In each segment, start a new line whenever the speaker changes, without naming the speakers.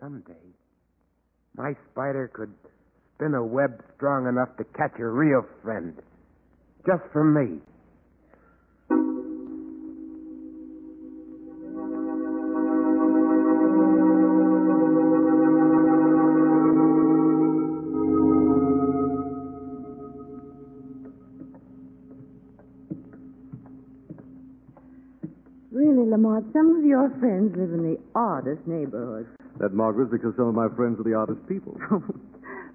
Someday, my spider could spin a web strong enough to catch a real friend. Just for me.
Really, Lamont, some of your friends live in the oddest neighborhoods.
That, Margaret, is because some of my friends are the oddest people.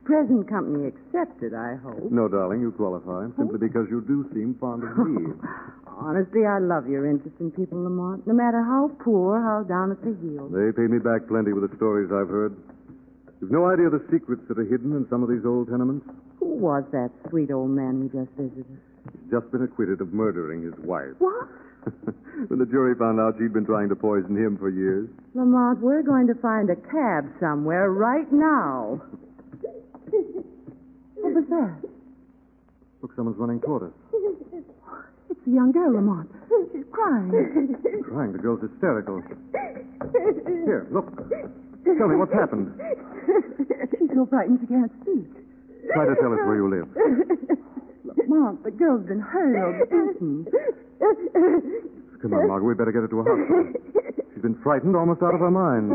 Present company accepted, I hope.
No, darling, you qualify, simply because you do seem fond of me.
Honestly, I love your interest in people, Lamont, no matter how poor, how down at the heel.
They pay me back plenty with the stories I've heard. You've no idea the secrets that are hidden in some of these old tenements.
Who was that sweet old man we just visited?
He's just been acquitted of murdering his wife.
What?
when the jury found out she'd been trying to poison him for years.
Lamont, we're going to find a cab somewhere right now. What was that?
Look, someone's running toward us.
It's the young girl, Lamont. She's crying.
Crying, the girl's hysterical. Here, look. Tell me what's happened.
She's so frightened she can't speak.
Try to tell us where you live.
Lamont, the girl's been hurled, beaten.
Come on, Margaret, we better get her to a hospital. She's been frightened almost out of her mind.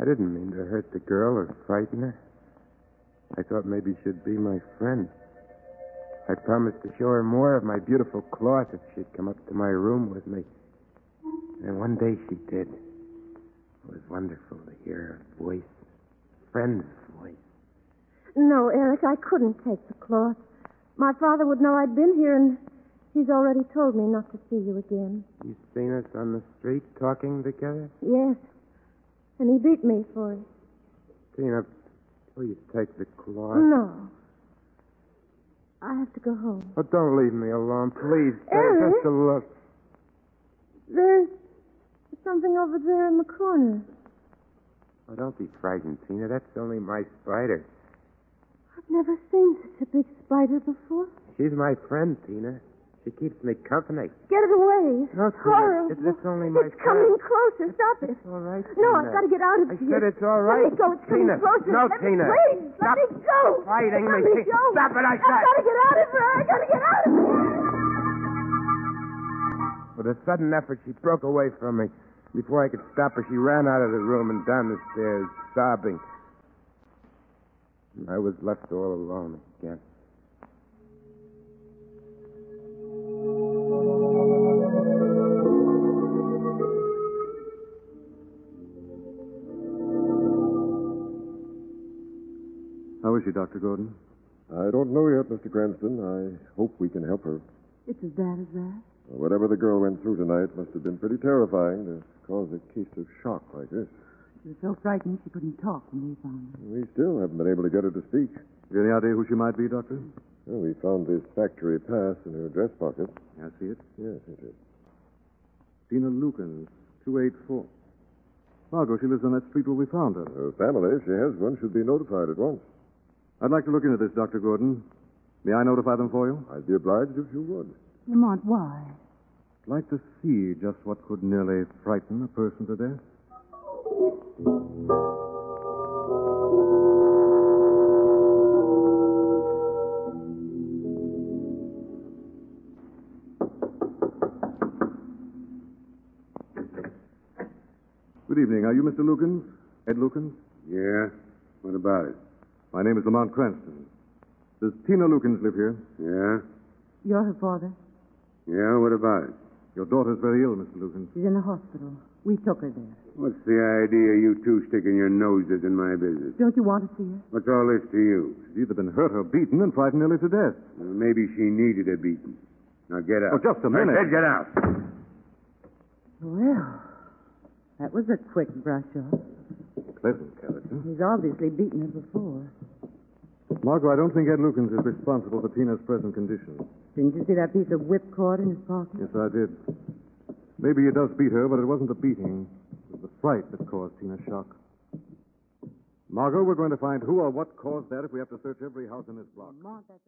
I didn't mean to hurt the girl or frighten her. I thought maybe she'd be my friend. I promised to show her more of my beautiful cloth if she'd come up to my room with me. And one day she did. It was wonderful to hear her voice, friend's voice.
No, Eric, I couldn't take the cloth. My father would know I'd been here, and he's already told me not to see you again.
You seen us on the street talking together?
Yes. And he beat me for it.
Tina, please take the cloth.
No. I have to go home.
Oh, don't leave me alone, please.
Eric?
Just a look.
There's something over there in the corner.
Oh, don't be frightened, Tina. That's only my spider.
I've never seen such a big spider before.
She's my friend, Tina. She keeps me company.
Get it away.
No,
it's horrible.
It's, it's only my
It's coming closer. Stop it.
It's all right.
No,
Tina.
I've got to get out of
I
here.
said it's all right.
Let me go. It's coming
Tina.
closer.
No,
Let me-
Tina.
Please,
Stop
let me go.
fighting
let
me.
me go.
Stop it, I said.
I've got to get out of here. I've got to get out of here.
With a sudden effort, she broke away from me. Before I could stop her, she ran out of the room and down the stairs, sobbing. And I was left all alone again.
How is she, Dr. Gordon?
I don't know yet, Mr. Cranston. I hope we can help her.
It's as bad as that?
Whatever the girl went through tonight must have been pretty terrifying to cause a case of shock like this.
She was so frightened she couldn't talk when we found her.
We still haven't been able to get her to speak.
Have you any idea who she might be, Doctor?
Well, we found this factory pass in her dress pocket.
I see it.
Yes, it is.
Tina Lucan, 284. Margot, she lives on that street where we found her.
Her family, if she has one, should be notified at once.
I'd like to look into this, Dr. Gordon. May I notify them for you?
I'd be obliged if you would.
Lamont, why?
I'd like to see just what could nearly frighten a person to death. Good evening. Are you Mr. Lukens? Ed Lukens?
Yeah? What about it?
My name is Lamont Cranston. Does Tina Lukens live here?
Yeah?
You're her father.
Yeah, what about it?
Your daughter's very ill, Mr. Lukens.
She's in the hospital. We took her there.
What's the idea you two sticking your noses in my business?
Don't you want to see her?
What's all this to you?
She's either been hurt or beaten and frightened nearly to death.
Well, maybe she needed a beating. Now get
Oh,
out.
just a
I
minute.
said get out.
Well, that was a quick brush off.
Pleasant character.
He's obviously beaten her before.
Margot, I don't think Ed Lukens is responsible for Tina's present condition.
Didn't you see that piece of whip cord in his pocket?
Yes, I did. Maybe he does beat her, but it wasn't the beating. It was the fright that caused Tina's shock. Margot, we're going to find who or what caused that if we have to search every house in this block.
Lamont, that's